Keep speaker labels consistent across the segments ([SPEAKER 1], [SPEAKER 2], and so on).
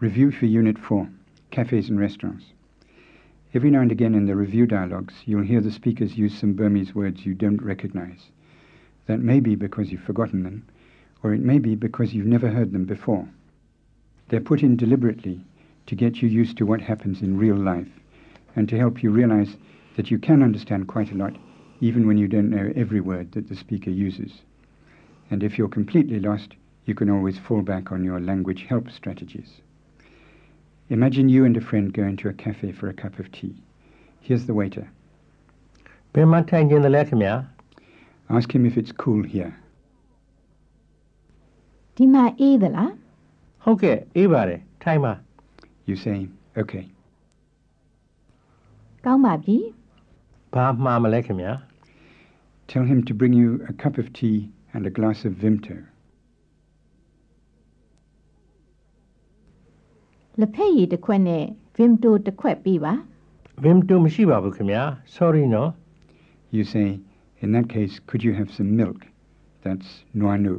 [SPEAKER 1] Review for Unit 4 Cafes and Restaurants. Every now and again in the review dialogues, you'll hear the speakers use some Burmese words you don't recognize. That may be because you've forgotten them, or it may be because you've never heard them before. They're put in deliberately to get you used to what happens in real life and to help you realize that you can understand quite a lot even when you don't know every word that the speaker uses. And if you're completely lost, you can always fall back on your language help strategies. Imagine you and a friend go into a cafe for a cup of tea. Here's the waiter.
[SPEAKER 2] ဘယ်မှာထိုင်ခြင်းသလဲခင်ဗျာ
[SPEAKER 1] Ask him if it's cool here.
[SPEAKER 3] ဒီမှာအေးသလား
[SPEAKER 2] ဟုတ်ကဲ့အေးပါတယ်ထိုင်ပါ
[SPEAKER 1] You say, OK.
[SPEAKER 3] ကောင်းပါပြီ
[SPEAKER 2] ဘာမှားမလဲခင်ဗျာ
[SPEAKER 1] Tell him to bring you a cup of tea and a glass of Vimto.
[SPEAKER 3] လက်ဖက်ရည်တစ်ခွက်နဲ့ဗင်တိုတစ်ခွက်ပေးပါ
[SPEAKER 2] ဗင်တူမရှိပါဘူးခင်ဗျာ sorry နော်
[SPEAKER 1] You say, in that case, could you have some milk? That's noanu.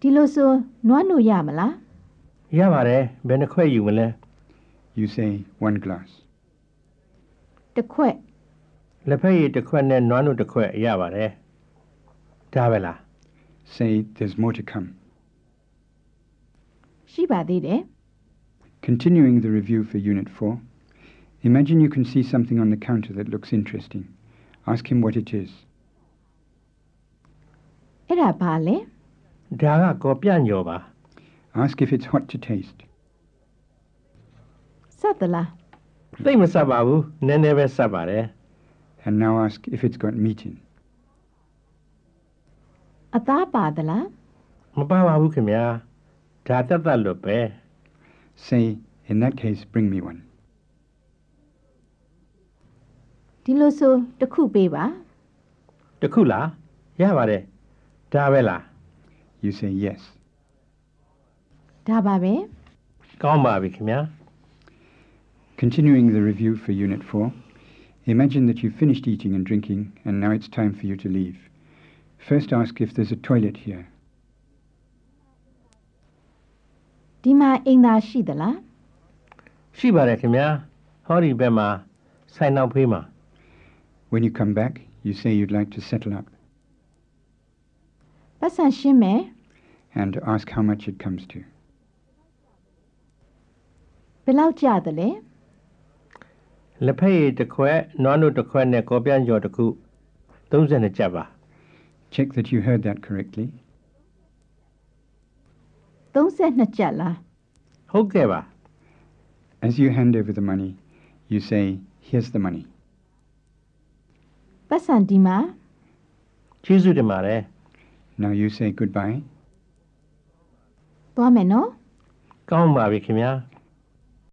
[SPEAKER 3] ဒီလိုဆိုနွားနို့ရမလား
[SPEAKER 2] ရပါတယ်ဘယ်နှခွက်ယူမလဲ
[SPEAKER 1] You say, one glass.
[SPEAKER 3] တစ်ခွက်
[SPEAKER 2] လက်ဖက်ရည်တစ်ခွက်နဲ့နွားနို့တစ်ခွက်ရပါတယ်ဒါပဲလား
[SPEAKER 1] Say, there's more to come.
[SPEAKER 3] ရှိပါသေးတယ်
[SPEAKER 1] Continuing the review for Unit 4, imagine you can see something on the counter that looks interesting. Ask him what it is.
[SPEAKER 3] အဲ့ဒါဘာလဲ
[SPEAKER 2] ဒါကကော်ပြညော်ပါ
[SPEAKER 1] Ask if it's hot to taste.
[SPEAKER 3] စက်သလား
[SPEAKER 2] သိပ်မဆက်ပါဘူးနည်းနည်းပဲဆက်ပါတယ်
[SPEAKER 1] And now ask if it's got meat in.
[SPEAKER 3] အသားပါသလား
[SPEAKER 2] မပါပါဘူးခင်ဗျာဒါတက်တက်လွတ်ပဲ
[SPEAKER 1] Say, in that case, bring me one.
[SPEAKER 3] ဒီလိုဆိုတစ်ခုပေးပါ
[SPEAKER 2] တစ်ခုလားရပါတယ်ဒါပဲလား
[SPEAKER 1] You say yes.
[SPEAKER 3] ဒါပါပဲ
[SPEAKER 2] ကောင်းပါပြီခင်ဗျာ
[SPEAKER 1] Continuing the review for Unit 4, imagine that you've finished eating and drinking and now it's time for you to leave. First ask if there's a toilet here.
[SPEAKER 3] ဒီမှာအိမ်သာရှိသလား
[SPEAKER 2] ရှိပါတယ်ခင်ဗျာဟောဒီဘက်မှာဆိုင်နောက်ဖေးမှာ
[SPEAKER 1] When you come back, you say you'd like to settle up
[SPEAKER 3] ပတ်စံရှင်းမယ်
[SPEAKER 1] and ask how much it comes to.
[SPEAKER 3] ဘယ်လောက်ကြာသလဲ
[SPEAKER 2] လက်ဖက်ရည်တစ်ခွက်နွားနို့တစ်ခွက်နဲ့ကော်ပြန့်ကျော်တစ်ခု32ကျပ်ပါ
[SPEAKER 1] Check that you heard that correctly.
[SPEAKER 3] 32ကြက်လား
[SPEAKER 2] ဟုတ်ကဲ့ပါ
[SPEAKER 1] As you hand over the money, you say, Here's the money.
[SPEAKER 3] ပတ်စံဒီမှာ
[SPEAKER 2] ကျေးဇူးတင်ပါတယ်
[SPEAKER 1] Now you say goodbye
[SPEAKER 3] သွားမယ်နော်
[SPEAKER 2] ကောင်းပါပြီခင်ဗျာ